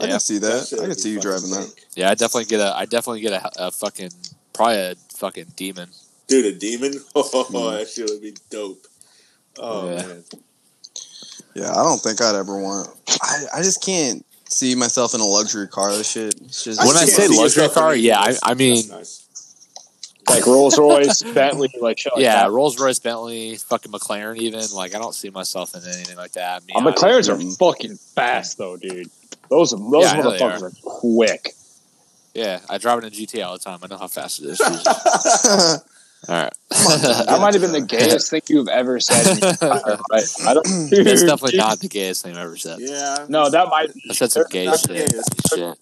[SPEAKER 3] I
[SPEAKER 1] Yeah.
[SPEAKER 3] can see that.
[SPEAKER 2] shit
[SPEAKER 3] I
[SPEAKER 2] would
[SPEAKER 3] can
[SPEAKER 2] be
[SPEAKER 3] see you
[SPEAKER 2] fucking
[SPEAKER 3] driving that.
[SPEAKER 2] sick.
[SPEAKER 1] Yeah, I definitely get a, I definitely get a, a fucking probably a fucking demon.
[SPEAKER 2] dude. A demon. (laughs) Oh,
[SPEAKER 3] Hmm.
[SPEAKER 2] that shit would be dope. Oh
[SPEAKER 1] Yeah.
[SPEAKER 2] man,
[SPEAKER 3] Yeah, I don't think I'd ever want. I, I just can't see myself in a luxury car. That shit. It's just,
[SPEAKER 1] When I
[SPEAKER 2] can't
[SPEAKER 1] say
[SPEAKER 2] see (laughs)
[SPEAKER 1] luxury
[SPEAKER 2] yourself in
[SPEAKER 1] car,
[SPEAKER 2] a
[SPEAKER 1] yeah, I-
[SPEAKER 2] Challenger.
[SPEAKER 1] I mean-
[SPEAKER 2] That's nice.
[SPEAKER 4] Like Rolls Royce, Bentley, like shit
[SPEAKER 2] Oh,
[SPEAKER 4] like
[SPEAKER 1] yeah,
[SPEAKER 4] that.
[SPEAKER 1] Rolls Royce, Bentley, fucking McLaren. Even like I don't see myself in anything like that. I mean,
[SPEAKER 4] Uh,
[SPEAKER 1] I-
[SPEAKER 4] McLarens
[SPEAKER 3] Mm.
[SPEAKER 4] are fucking fast though, dude. Those those
[SPEAKER 1] Yeah, I know they
[SPEAKER 4] motherfuckers
[SPEAKER 1] are.
[SPEAKER 4] are quick.
[SPEAKER 1] yeah, I drive it in GT all the time. I know how fast it
[SPEAKER 2] (laughs)
[SPEAKER 1] is. Jesus. all right.
[SPEAKER 4] That might have been the gayest thing you've ever
[SPEAKER 1] (laughs)
[SPEAKER 4] said. (laughs) in your entire life. I don't.
[SPEAKER 1] That's definitely not the gayest thing I've ever said.
[SPEAKER 2] Yeah.
[SPEAKER 4] No, that might.
[SPEAKER 1] I said some gay
[SPEAKER 2] That's
[SPEAKER 1] shit.
[SPEAKER 2] gay.
[SPEAKER 1] Shit.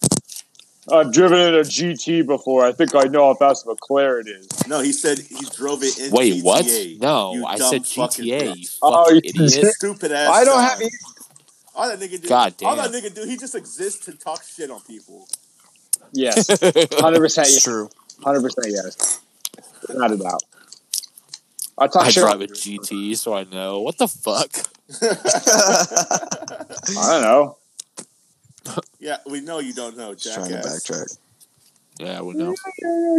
[SPEAKER 4] I've driven in a GT before. I think I know how fast a McLaren is.
[SPEAKER 2] No, he said he drove it in.
[SPEAKER 1] Wait,
[SPEAKER 2] GTA,
[SPEAKER 1] what?
[SPEAKER 2] you
[SPEAKER 1] No, I
[SPEAKER 2] dumb
[SPEAKER 1] said
[SPEAKER 2] fucking
[SPEAKER 1] GTA,
[SPEAKER 2] bitch.
[SPEAKER 1] you
[SPEAKER 4] Oh,
[SPEAKER 1] fucking
[SPEAKER 4] you-
[SPEAKER 1] idiot.
[SPEAKER 2] Stupid ass.
[SPEAKER 4] I don't
[SPEAKER 2] son.
[SPEAKER 4] have. e-,
[SPEAKER 2] All that nigga do.
[SPEAKER 1] God damn.
[SPEAKER 2] All that nigga do. He just exists to talk shit on people.
[SPEAKER 3] (laughs)
[SPEAKER 4] Yes, hundred percent.
[SPEAKER 3] it's
[SPEAKER 4] Yes,
[SPEAKER 3] (laughs) true.
[SPEAKER 4] hundred percent. Yes, not a doubt. I talk
[SPEAKER 1] (laughs) I
[SPEAKER 4] shit.
[SPEAKER 1] drive a GT, so I know. What the fuck?
[SPEAKER 4] I don't know.
[SPEAKER 2] Yeah, we know you don't know,
[SPEAKER 3] Just trying
[SPEAKER 2] (laughs)
[SPEAKER 3] to
[SPEAKER 2] jackass.
[SPEAKER 3] backtrack.
[SPEAKER 1] Yeah, I would know.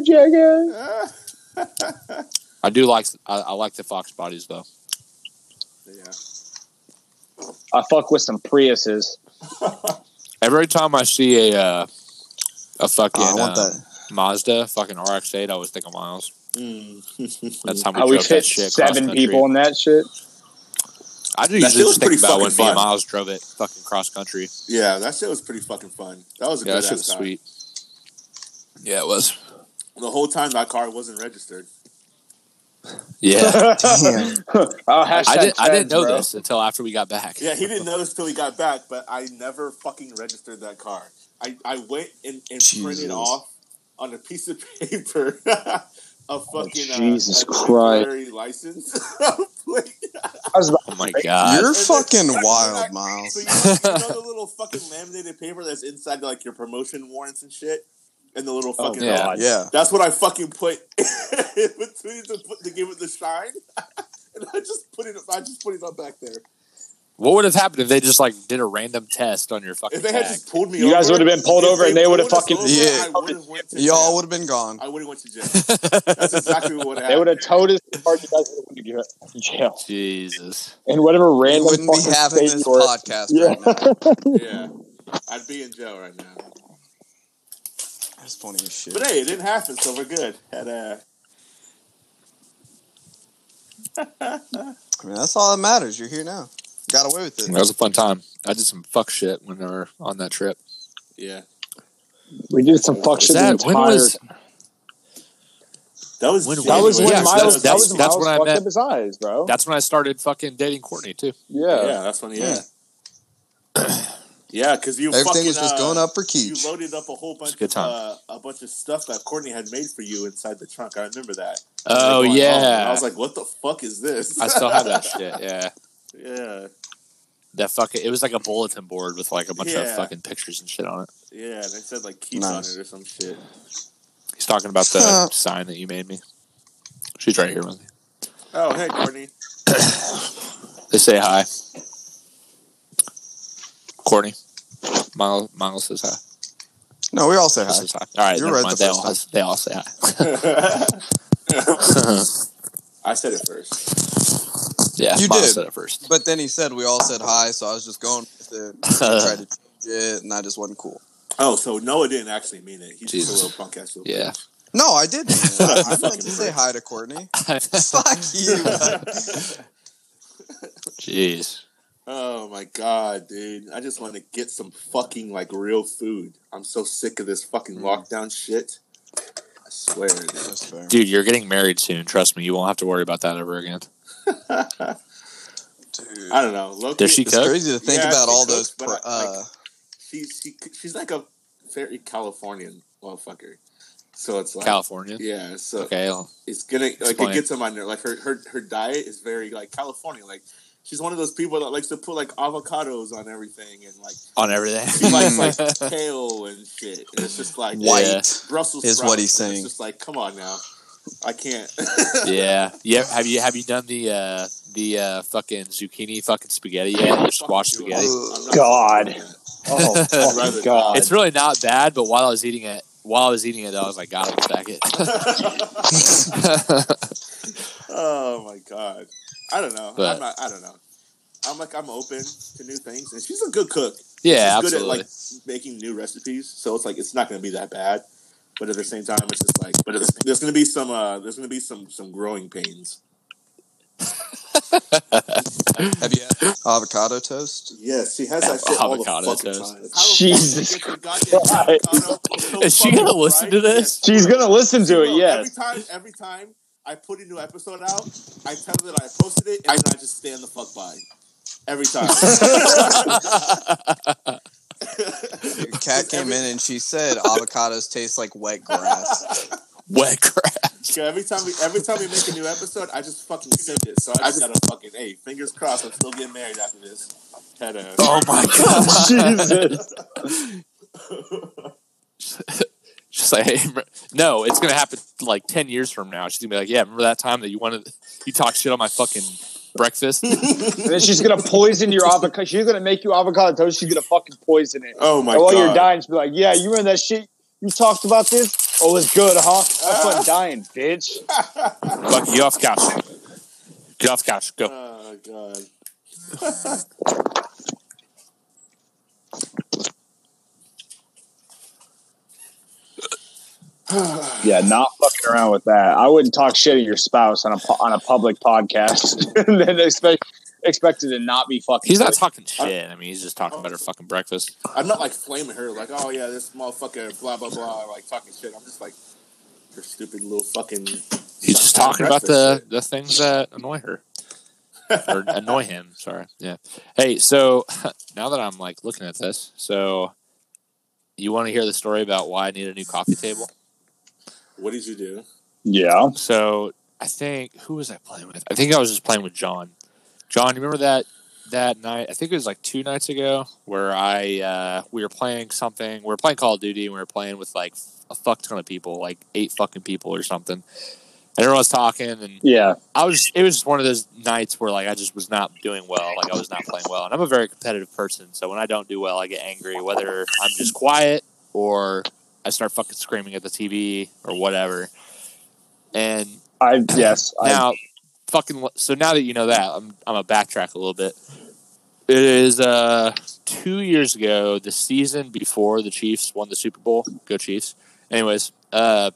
[SPEAKER 4] Jackass.
[SPEAKER 2] Ah,
[SPEAKER 1] I do like I, I like the Fox bodies though.
[SPEAKER 2] yeah.
[SPEAKER 4] I fuck with some Priuses.
[SPEAKER 1] Every time I see a uh, a fucking
[SPEAKER 2] Ah,
[SPEAKER 3] Oh, I want
[SPEAKER 1] uh,
[SPEAKER 3] that.
[SPEAKER 1] Mazda, fucking RX-8, I always think of Miles.
[SPEAKER 2] Mm.
[SPEAKER 1] That's how we
[SPEAKER 4] How Uh, we
[SPEAKER 1] drove that
[SPEAKER 4] fit
[SPEAKER 1] shit.
[SPEAKER 4] seven
[SPEAKER 1] cross-country.
[SPEAKER 4] people in that shit.
[SPEAKER 1] I do
[SPEAKER 2] That shit
[SPEAKER 1] usually
[SPEAKER 2] was
[SPEAKER 1] just think
[SPEAKER 2] pretty
[SPEAKER 1] about when
[SPEAKER 2] fucking
[SPEAKER 1] me and
[SPEAKER 2] fun.
[SPEAKER 1] Miles drove it fucking cross country.
[SPEAKER 2] Yeah, that shit was pretty fucking fun. That was a
[SPEAKER 1] Yeah,
[SPEAKER 2] good
[SPEAKER 1] that shit was
[SPEAKER 2] ass car.
[SPEAKER 1] sweet. Yeah, it was.
[SPEAKER 2] The whole time that car wasn't registered.
[SPEAKER 4] (laughs)
[SPEAKER 1] Yeah.
[SPEAKER 2] (laughs)
[SPEAKER 3] Damn.
[SPEAKER 4] oh, hashtag
[SPEAKER 1] I didn't. I didn't
[SPEAKER 4] Chad's,
[SPEAKER 1] know
[SPEAKER 4] bro.
[SPEAKER 1] this until after we got back.
[SPEAKER 2] Yeah, he didn't notice till he got back, but I never fucking registered that car. I, I went and, and
[SPEAKER 3] Jesus.
[SPEAKER 2] printed off on a piece (laughs)
[SPEAKER 1] Oh,
[SPEAKER 2] of paper a fucking uh,
[SPEAKER 4] Jesus
[SPEAKER 2] a
[SPEAKER 4] Christ.
[SPEAKER 2] temporary license (laughs) Like,
[SPEAKER 4] I was about-
[SPEAKER 1] (laughs) Oh my god.
[SPEAKER 3] You're
[SPEAKER 2] it's-
[SPEAKER 3] fucking
[SPEAKER 2] it's-
[SPEAKER 3] wild,
[SPEAKER 2] so
[SPEAKER 3] Miles.
[SPEAKER 2] you, know, you know the little fucking laminated paper that's inside like your promotion warrants and shit, and the little fucking.
[SPEAKER 1] Oh, yeah.
[SPEAKER 2] uh,
[SPEAKER 3] Yeah.
[SPEAKER 2] That's what I fucking put (laughs) in between to, put, to give it the shine, (laughs) and I just put it. I just put it up back there.
[SPEAKER 1] What would have happened if they just like did a random test on your fucking
[SPEAKER 2] If they had
[SPEAKER 1] tag?
[SPEAKER 2] just pulled me,
[SPEAKER 4] You guys
[SPEAKER 2] over-
[SPEAKER 4] would've been pulled
[SPEAKER 2] if
[SPEAKER 4] over and they would've
[SPEAKER 2] pulled us
[SPEAKER 4] fucking-
[SPEAKER 2] over,
[SPEAKER 3] Yeah.
[SPEAKER 2] I would've went to
[SPEAKER 3] (laughs) Y'all
[SPEAKER 2] jail.
[SPEAKER 3] would have been gone.
[SPEAKER 2] I would have went to jail.
[SPEAKER 1] (laughs)
[SPEAKER 2] That's exactly what happened.
[SPEAKER 4] (laughs) They would have towed his car. You guys would have gone to jail
[SPEAKER 1] Jesus.
[SPEAKER 4] and whatever
[SPEAKER 3] We
[SPEAKER 4] random
[SPEAKER 3] wouldn't be
[SPEAKER 4] fucking
[SPEAKER 3] having
[SPEAKER 4] state
[SPEAKER 3] this
[SPEAKER 4] you were in.
[SPEAKER 3] podcast
[SPEAKER 4] Yeah.
[SPEAKER 3] right now.
[SPEAKER 2] Yeah, (laughs) I'd be in jail right now.
[SPEAKER 3] That's funny as shit.
[SPEAKER 2] But hey, it didn't happen, so we're good. Had uh, a
[SPEAKER 3] I mean, that's all that matters. You're here now. Got away with it.
[SPEAKER 1] That was a fun time. I did some fuck shit when we were on that trip.
[SPEAKER 2] yeah.
[SPEAKER 4] We did some fuck
[SPEAKER 1] Was
[SPEAKER 4] shit.
[SPEAKER 1] that
[SPEAKER 4] the
[SPEAKER 1] when
[SPEAKER 4] entire-
[SPEAKER 1] was
[SPEAKER 2] That was
[SPEAKER 1] When-
[SPEAKER 4] that was when
[SPEAKER 1] Yeah, so
[SPEAKER 4] Miles.
[SPEAKER 1] that's-
[SPEAKER 4] that
[SPEAKER 1] that's-
[SPEAKER 4] was
[SPEAKER 1] that's
[SPEAKER 4] Miles
[SPEAKER 1] when I
[SPEAKER 4] fucked
[SPEAKER 1] met-
[SPEAKER 4] up his eyes, bro.
[SPEAKER 1] that's when I started fucking dating Courtney too.
[SPEAKER 4] yeah.
[SPEAKER 2] yeah, that's when yeah.
[SPEAKER 3] Yeah.
[SPEAKER 2] Yeah, because you
[SPEAKER 3] Everything
[SPEAKER 2] fucking,
[SPEAKER 3] was just
[SPEAKER 2] uh,
[SPEAKER 3] going up for
[SPEAKER 2] You
[SPEAKER 3] Keach.
[SPEAKER 2] loaded up a whole bunch
[SPEAKER 1] a good time.
[SPEAKER 2] of uh, a bunch of stuff that Courtney had made for you inside the trunk. I remember that.
[SPEAKER 1] Oh
[SPEAKER 2] Like, going off, and Oh, I
[SPEAKER 1] yeah.
[SPEAKER 2] was like, "What the fuck is this?"
[SPEAKER 1] I still have that
[SPEAKER 3] (laughs)
[SPEAKER 1] shit, yeah.
[SPEAKER 2] (laughs) yeah,
[SPEAKER 1] That fucking it was like a bulletin board with like a bunch of
[SPEAKER 2] Yeah.
[SPEAKER 1] fucking pictures and shit on it.
[SPEAKER 2] yeah. And it said like keys
[SPEAKER 3] Nice.
[SPEAKER 2] on it or some shit.
[SPEAKER 1] He's talking about the
[SPEAKER 3] Huh.
[SPEAKER 1] sign that you made me. She's right here with me.
[SPEAKER 2] Oh, hey, Courtney. (laughs)
[SPEAKER 1] They say hi. Courtney. Miles Miles says hi.
[SPEAKER 3] No, we all say
[SPEAKER 1] This
[SPEAKER 2] (laughs)
[SPEAKER 3] hi.
[SPEAKER 1] is hi. All right,
[SPEAKER 3] You're
[SPEAKER 1] never
[SPEAKER 3] right
[SPEAKER 1] mind.
[SPEAKER 3] the
[SPEAKER 1] They
[SPEAKER 3] first
[SPEAKER 1] all,
[SPEAKER 3] time.
[SPEAKER 1] they all say
[SPEAKER 3] (laughs)
[SPEAKER 2] I
[SPEAKER 1] hi.
[SPEAKER 2] said it first.
[SPEAKER 1] yeah,
[SPEAKER 3] You
[SPEAKER 1] Miles
[SPEAKER 3] did.
[SPEAKER 1] said it
[SPEAKER 3] (laughs)
[SPEAKER 1] first. (laughs)
[SPEAKER 3] But then he said we all said hi, so I was just going with it. I tried to change it, and I just wasn't cool.
[SPEAKER 2] Oh, so Noah didn't actually mean it. He's just
[SPEAKER 1] Jesus.
[SPEAKER 2] a little punk ass. little
[SPEAKER 1] Yeah.
[SPEAKER 3] No, I (laughs) did. I, I meant
[SPEAKER 2] Fucking
[SPEAKER 3] to say
[SPEAKER 2] prick.
[SPEAKER 3] hi to Courtney. (laughs) Fuck you.
[SPEAKER 1] Jeez.
[SPEAKER 2] Oh my god, dude. I just want to get some fucking like real food. I'm so sick of this fucking
[SPEAKER 1] Mm.
[SPEAKER 2] lockdown shit. I swear. Dude.
[SPEAKER 3] That's fair.
[SPEAKER 1] Dude, you're getting married soon. Trust me, you won't have to worry about that ever again.
[SPEAKER 2] (laughs) I don't know. Loki,
[SPEAKER 1] Does she
[SPEAKER 3] It's
[SPEAKER 1] cook?
[SPEAKER 3] crazy to think
[SPEAKER 2] Yeah,
[SPEAKER 3] about
[SPEAKER 2] she
[SPEAKER 3] all
[SPEAKER 2] cooks,
[SPEAKER 3] those.
[SPEAKER 2] but
[SPEAKER 3] Pro-
[SPEAKER 2] I- like-
[SPEAKER 3] uh,
[SPEAKER 2] she, she she's like a very Californian motherfucker. So it's like
[SPEAKER 1] California.
[SPEAKER 2] yeah, so
[SPEAKER 1] Okay. well,
[SPEAKER 2] it's gonna like
[SPEAKER 1] Explain.
[SPEAKER 2] it gets on my nerve. Like her, her her diet is very like California. Like she's one of those people that likes to put like avocados on everything and like
[SPEAKER 1] On everything.
[SPEAKER 2] she likes
[SPEAKER 1] (laughs)
[SPEAKER 2] like kale and shit. And it's just like
[SPEAKER 3] white.
[SPEAKER 1] Yeah.
[SPEAKER 2] Brussels
[SPEAKER 3] is what
[SPEAKER 2] sprouts,
[SPEAKER 3] he's
[SPEAKER 2] and
[SPEAKER 3] saying.
[SPEAKER 2] It's just like, come on now, I can't.
[SPEAKER 1] yeah. Yeah. Have you have you done the uh the uh fucking zucchini fucking spaghetti yet?
[SPEAKER 2] (laughs)
[SPEAKER 1] Squash
[SPEAKER 2] Fucking
[SPEAKER 1] spaghetti.
[SPEAKER 2] do it. I'm not-
[SPEAKER 4] God. (laughs)
[SPEAKER 2] (laughs)
[SPEAKER 4] Oh fucking god!
[SPEAKER 1] It's really not bad, but while I was eating it, while I was eating it, (laughs) I was like, "Gotta pack
[SPEAKER 2] (laughs)
[SPEAKER 1] it."
[SPEAKER 2] oh my god, I don't know.
[SPEAKER 1] But-
[SPEAKER 2] I'm not. I don't know. I'm like I'm open to new things, and she's a good cook.
[SPEAKER 1] yeah,
[SPEAKER 2] she's
[SPEAKER 1] absolutely.
[SPEAKER 2] good at like making new recipes, so it's like it's not going to be that bad. But at the same time, it's just like, but at the same- there's going to be some, uh, there's going to be some, some growing pains.
[SPEAKER 3] Have you
[SPEAKER 2] (laughs)
[SPEAKER 3] had avocado toast?
[SPEAKER 2] Yes, she has
[SPEAKER 1] that shit all the Avocado fucking toast. time.
[SPEAKER 2] time.
[SPEAKER 4] Jesus Christ.
[SPEAKER 1] (laughs) (laughs) Is she gonna listen to this?
[SPEAKER 4] She's gonna listen to it.
[SPEAKER 2] Well,
[SPEAKER 4] Yes.
[SPEAKER 2] Every time, every time I put a new episode out, I tell her that I posted it, and then I just stand the fuck by. it.
[SPEAKER 1] (laughs)
[SPEAKER 2] Every time. (laughs)
[SPEAKER 3] Your cat came in and she said avocados taste like wet grass.
[SPEAKER 1] Wet crap.
[SPEAKER 2] So every time we, every time we make a new episode, I just fucking send it. So I just gotta fucking hey, fingers crossed, I'm still getting married after this. Had a-
[SPEAKER 1] Oh my god.
[SPEAKER 4] (laughs) Jesus.
[SPEAKER 1] (laughs) She's like, hey, remember- no, it's gonna happen like ten years from now. She's gonna be like, yeah, remember that time that you wanted, you talked shit on my fucking breakfast.
[SPEAKER 4] And then she's gonna poison your avocado. She's gonna make you avocado toast. She's gonna fucking poison it.
[SPEAKER 2] oh my
[SPEAKER 4] and while
[SPEAKER 2] god!
[SPEAKER 4] you're dying, she'll be like, "Yeah, you remember that shit? You talked about this? Oh, it's good, huh? I'm
[SPEAKER 2] (laughs)
[SPEAKER 4] fucking dying, bitch."
[SPEAKER 1] Fuck you off couch. Get off couch. Go.
[SPEAKER 2] Oh god!
[SPEAKER 4] Yeah, not fucking around with that. I wouldn't talk shit at your spouse on a pu- on a public podcast, (laughs) and then expect expected to not be fucking.
[SPEAKER 1] He's not talking shit. I mean, he's just talking about her fucking breakfast.
[SPEAKER 2] I'm not like flaming her, like oh yeah, this motherfucker, blah blah blah, like talking shit. I'm just like your stupid little fucking.
[SPEAKER 1] He's just talking about the the things that annoy her or annoy him. Sorry. Yeah. Hey, so (laughs) now that I'm like looking at this, so you want to hear the story about why I need a new coffee table?
[SPEAKER 4] (laughs)
[SPEAKER 2] What did you do?
[SPEAKER 4] yeah.
[SPEAKER 1] So I think who was I playing with? I think I was just playing with John. John, you remember that that night? I think it was like two nights ago where I uh, we were playing something. We were playing Call of Duty and we were playing with like a fuck ton of people, like eight fucking people or something. And everyone was talking, and
[SPEAKER 4] Yeah.
[SPEAKER 1] I was. It was just one of those nights where like I just was not doing well. Like I was not playing well, and I'm a very competitive person. So when I don't do well, I get angry. Whether I'm just quiet or I start fucking screaming at the TV or whatever. And
[SPEAKER 4] I yes. I,
[SPEAKER 1] now, fucking. So now that you know that, I'm I'm gonna backtrack a little bit. It is uh, two years ago, the season before the Chiefs won the Super Bowl. Go Chiefs! Anyways, uh,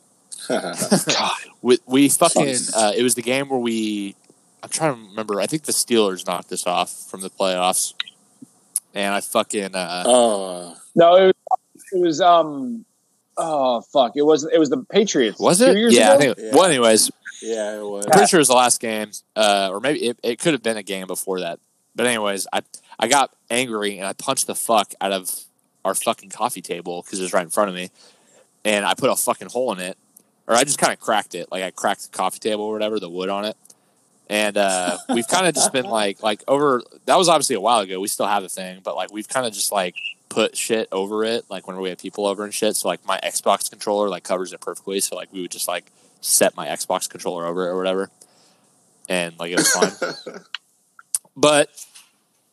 [SPEAKER 4] God.
[SPEAKER 1] we, we fucking. Uh, it was the game where we. I'm trying to remember. I think the Steelers knocked us off from the playoffs, and I fucking. Uh,
[SPEAKER 2] Oh,
[SPEAKER 4] No, it was, it was um oh fuck. It was it was the Patriots.
[SPEAKER 1] was
[SPEAKER 4] two
[SPEAKER 1] it?
[SPEAKER 4] years
[SPEAKER 1] Yeah. I
[SPEAKER 4] ago?
[SPEAKER 1] think,
[SPEAKER 2] Yeah.
[SPEAKER 1] Well, anyways,
[SPEAKER 2] yeah, it was. Oh,
[SPEAKER 1] I'm pretty sure it was the last game, uh, or maybe it, it could have been a game before that. But anyways, I I got angry and I punched the fuck out of our fucking coffee table because it was right in front of me, and I put a fucking hole in it, or I just kind of cracked it, like I cracked the coffee table or whatever, the wood on it. And uh, we've kind of just been like, like over. That was obviously a while ago. We still have the thing, but like we've kind of just like put shit over it, like when we had people over and shit. So like my Xbox controller like covers it perfectly. So like we would just like set my Xbox controller over it or whatever, and like it was fine.
[SPEAKER 2] (laughs)
[SPEAKER 1] but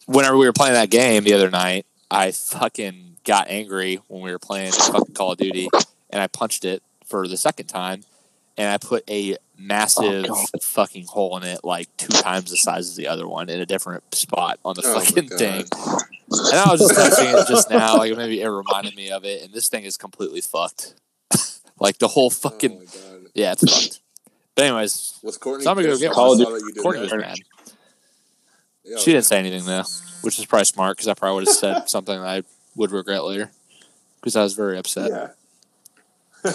[SPEAKER 1] whenever we were playing that game the other night, I fucking got angry when we were playing fucking Call of Duty, and I punched it for the second time, and I put a massive
[SPEAKER 4] Oh,
[SPEAKER 1] fucking hole in it, like two times the size of the other one, in a different spot on the
[SPEAKER 2] Oh, my
[SPEAKER 1] fucking
[SPEAKER 2] God.
[SPEAKER 1] thing. And I was just touching it just now, like maybe it reminded me of it, and this thing is completely fucked. (laughs) like the whole fucking
[SPEAKER 2] Oh my God.
[SPEAKER 1] yeah, it's fucked. But anyways,
[SPEAKER 2] Was Courtney?
[SPEAKER 1] Somebody go
[SPEAKER 2] pissed
[SPEAKER 1] get
[SPEAKER 2] when
[SPEAKER 4] Call
[SPEAKER 2] I
[SPEAKER 4] of
[SPEAKER 2] saw that you did
[SPEAKER 1] Courtney was
[SPEAKER 2] that?
[SPEAKER 1] mad.
[SPEAKER 2] Yeah,
[SPEAKER 1] She didn't say anything though, which is probably smart because I probably would have said something that I would regret later because I was very upset.
[SPEAKER 2] Yeah.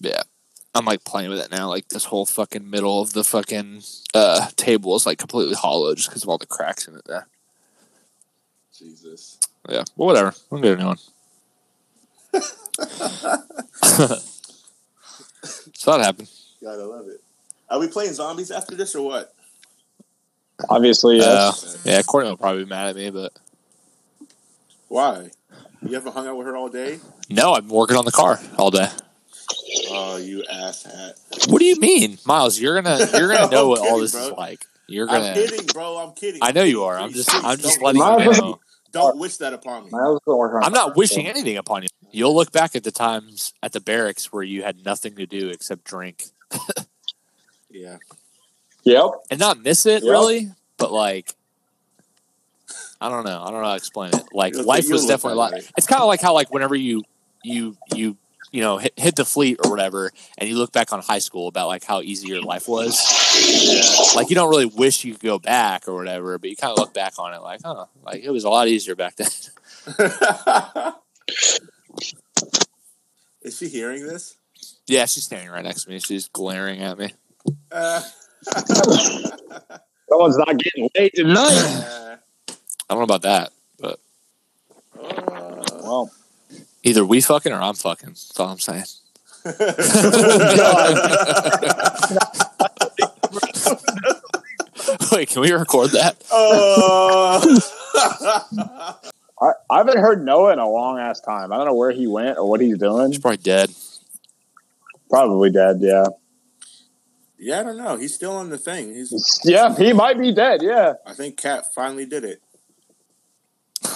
[SPEAKER 1] Yeah. I'm like playing with it now. Like this whole fucking middle of the fucking uh, table is like completely hollow just because of all the cracks in it there.
[SPEAKER 2] (laughs) Jesus.
[SPEAKER 1] Yeah, well, whatever. I'm gonna get a new one. (laughs) so that happened.
[SPEAKER 2] Gotta love it. Are we playing zombies after this or what?
[SPEAKER 4] Obviously, yes.
[SPEAKER 1] Uh, yeah, Courtney will probably be mad at me, but
[SPEAKER 2] Why? You haven't hung out with her all day?
[SPEAKER 1] no, I've been working on the car all day.
[SPEAKER 2] Oh, you asshat.
[SPEAKER 1] What do you mean, Miles? You're gonna you're
[SPEAKER 2] (laughs)
[SPEAKER 1] gonna know
[SPEAKER 2] I'm
[SPEAKER 1] what all
[SPEAKER 2] kidding,
[SPEAKER 1] this
[SPEAKER 2] bro.
[SPEAKER 1] is like. You're
[SPEAKER 2] I'm
[SPEAKER 1] gonna.
[SPEAKER 2] kidding, bro. I'm kidding.
[SPEAKER 1] I know you are. I'm
[SPEAKER 2] Please,
[SPEAKER 1] just I'm
[SPEAKER 2] please,
[SPEAKER 1] just
[SPEAKER 2] don't
[SPEAKER 1] letting
[SPEAKER 2] wish-
[SPEAKER 1] you know.
[SPEAKER 2] Don't wish that upon me.
[SPEAKER 5] Miles is working on
[SPEAKER 1] I'm not wishing anything upon you. You'll look back at the times at the barracks where you had nothing to do except drink
[SPEAKER 2] Yeah.
[SPEAKER 4] Yep.
[SPEAKER 1] and not miss it
[SPEAKER 4] Yeah.
[SPEAKER 1] really, but like. I don't know. I don't know how to explain it. Like
[SPEAKER 2] You'll-
[SPEAKER 1] life
[SPEAKER 2] you'll
[SPEAKER 1] was
[SPEAKER 2] look
[SPEAKER 1] definitely
[SPEAKER 2] that
[SPEAKER 1] like
[SPEAKER 2] way.
[SPEAKER 1] it's kind of like how like whenever you you you you know hit, hit the fleet or whatever, and you look back on high school about like how easy your life was. like you don't really wish you could go back or whatever, but you kind of look back on it like, oh, like it was a lot easier back then. (laughs)
[SPEAKER 2] (laughs) Is she
[SPEAKER 1] (laughs)
[SPEAKER 2] hearing this? (laughs)
[SPEAKER 1] yeah, she's standing right next to me. She's glaring at me.
[SPEAKER 2] Uh,
[SPEAKER 1] Oh,
[SPEAKER 4] Someone's not getting laid
[SPEAKER 1] (clears throat)
[SPEAKER 4] tonight.
[SPEAKER 2] uh,
[SPEAKER 1] I don't know about that, but
[SPEAKER 2] oh.
[SPEAKER 4] Well,
[SPEAKER 1] either we fucking or I'm fucking. That's all I'm saying.
[SPEAKER 2] Oh,
[SPEAKER 1] (laughs) Wait, can we record that?
[SPEAKER 2] Oh.
[SPEAKER 4] I, I haven't heard Noah in a long ass time. I don't know where he went or what he's doing.
[SPEAKER 1] She's probably dead. (laughs)
[SPEAKER 4] Probably dead. Yeah.
[SPEAKER 2] yeah, I don't know. He's still on the thing. He's.
[SPEAKER 4] Yeah, he might be dead. Yeah.
[SPEAKER 2] I think Kat finally did it.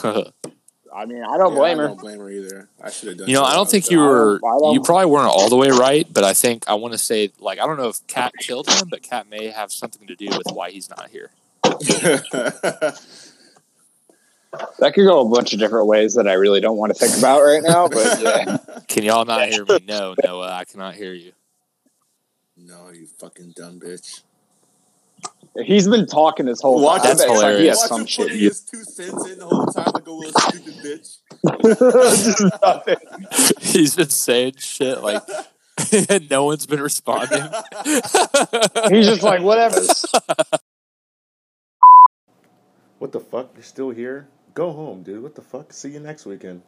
[SPEAKER 1] you
[SPEAKER 4] I mean, I don't
[SPEAKER 2] Yeah,
[SPEAKER 4] blame
[SPEAKER 2] I
[SPEAKER 4] her.
[SPEAKER 2] don't blame her either. I should have done.
[SPEAKER 1] know,
[SPEAKER 2] that
[SPEAKER 1] I
[SPEAKER 2] when
[SPEAKER 1] don't think
[SPEAKER 2] was
[SPEAKER 1] you
[SPEAKER 2] young.
[SPEAKER 1] were.
[SPEAKER 4] I don't-
[SPEAKER 1] You probably weren't all the way right, but I think I want to say like I don't know if Cat killed him, but Cat may have something to do with why he's not here.
[SPEAKER 4] That could go a bunch of different ways that I really don't want to think about right now. But yeah.
[SPEAKER 1] Can y'all not hear me? No, Noah, I cannot hear you. (laughs)
[SPEAKER 2] (laughs) no, you fucking dumb bitch.
[SPEAKER 4] He's been talking this whole
[SPEAKER 2] Watch
[SPEAKER 4] time.
[SPEAKER 1] That's
[SPEAKER 4] I bet
[SPEAKER 1] hilarious.
[SPEAKER 4] He has
[SPEAKER 2] Watch
[SPEAKER 4] some
[SPEAKER 2] him
[SPEAKER 4] shit.
[SPEAKER 2] putting his two cents in the whole time like a little stupid bitch.
[SPEAKER 4] Just nothing.
[SPEAKER 1] he's been saying shit like (laughs) and no one's been responding.
[SPEAKER 4] (laughs) He's just like, whatever.
[SPEAKER 6] What the fuck? You're still here? Go home, dude. What the fuck? See you next weekend.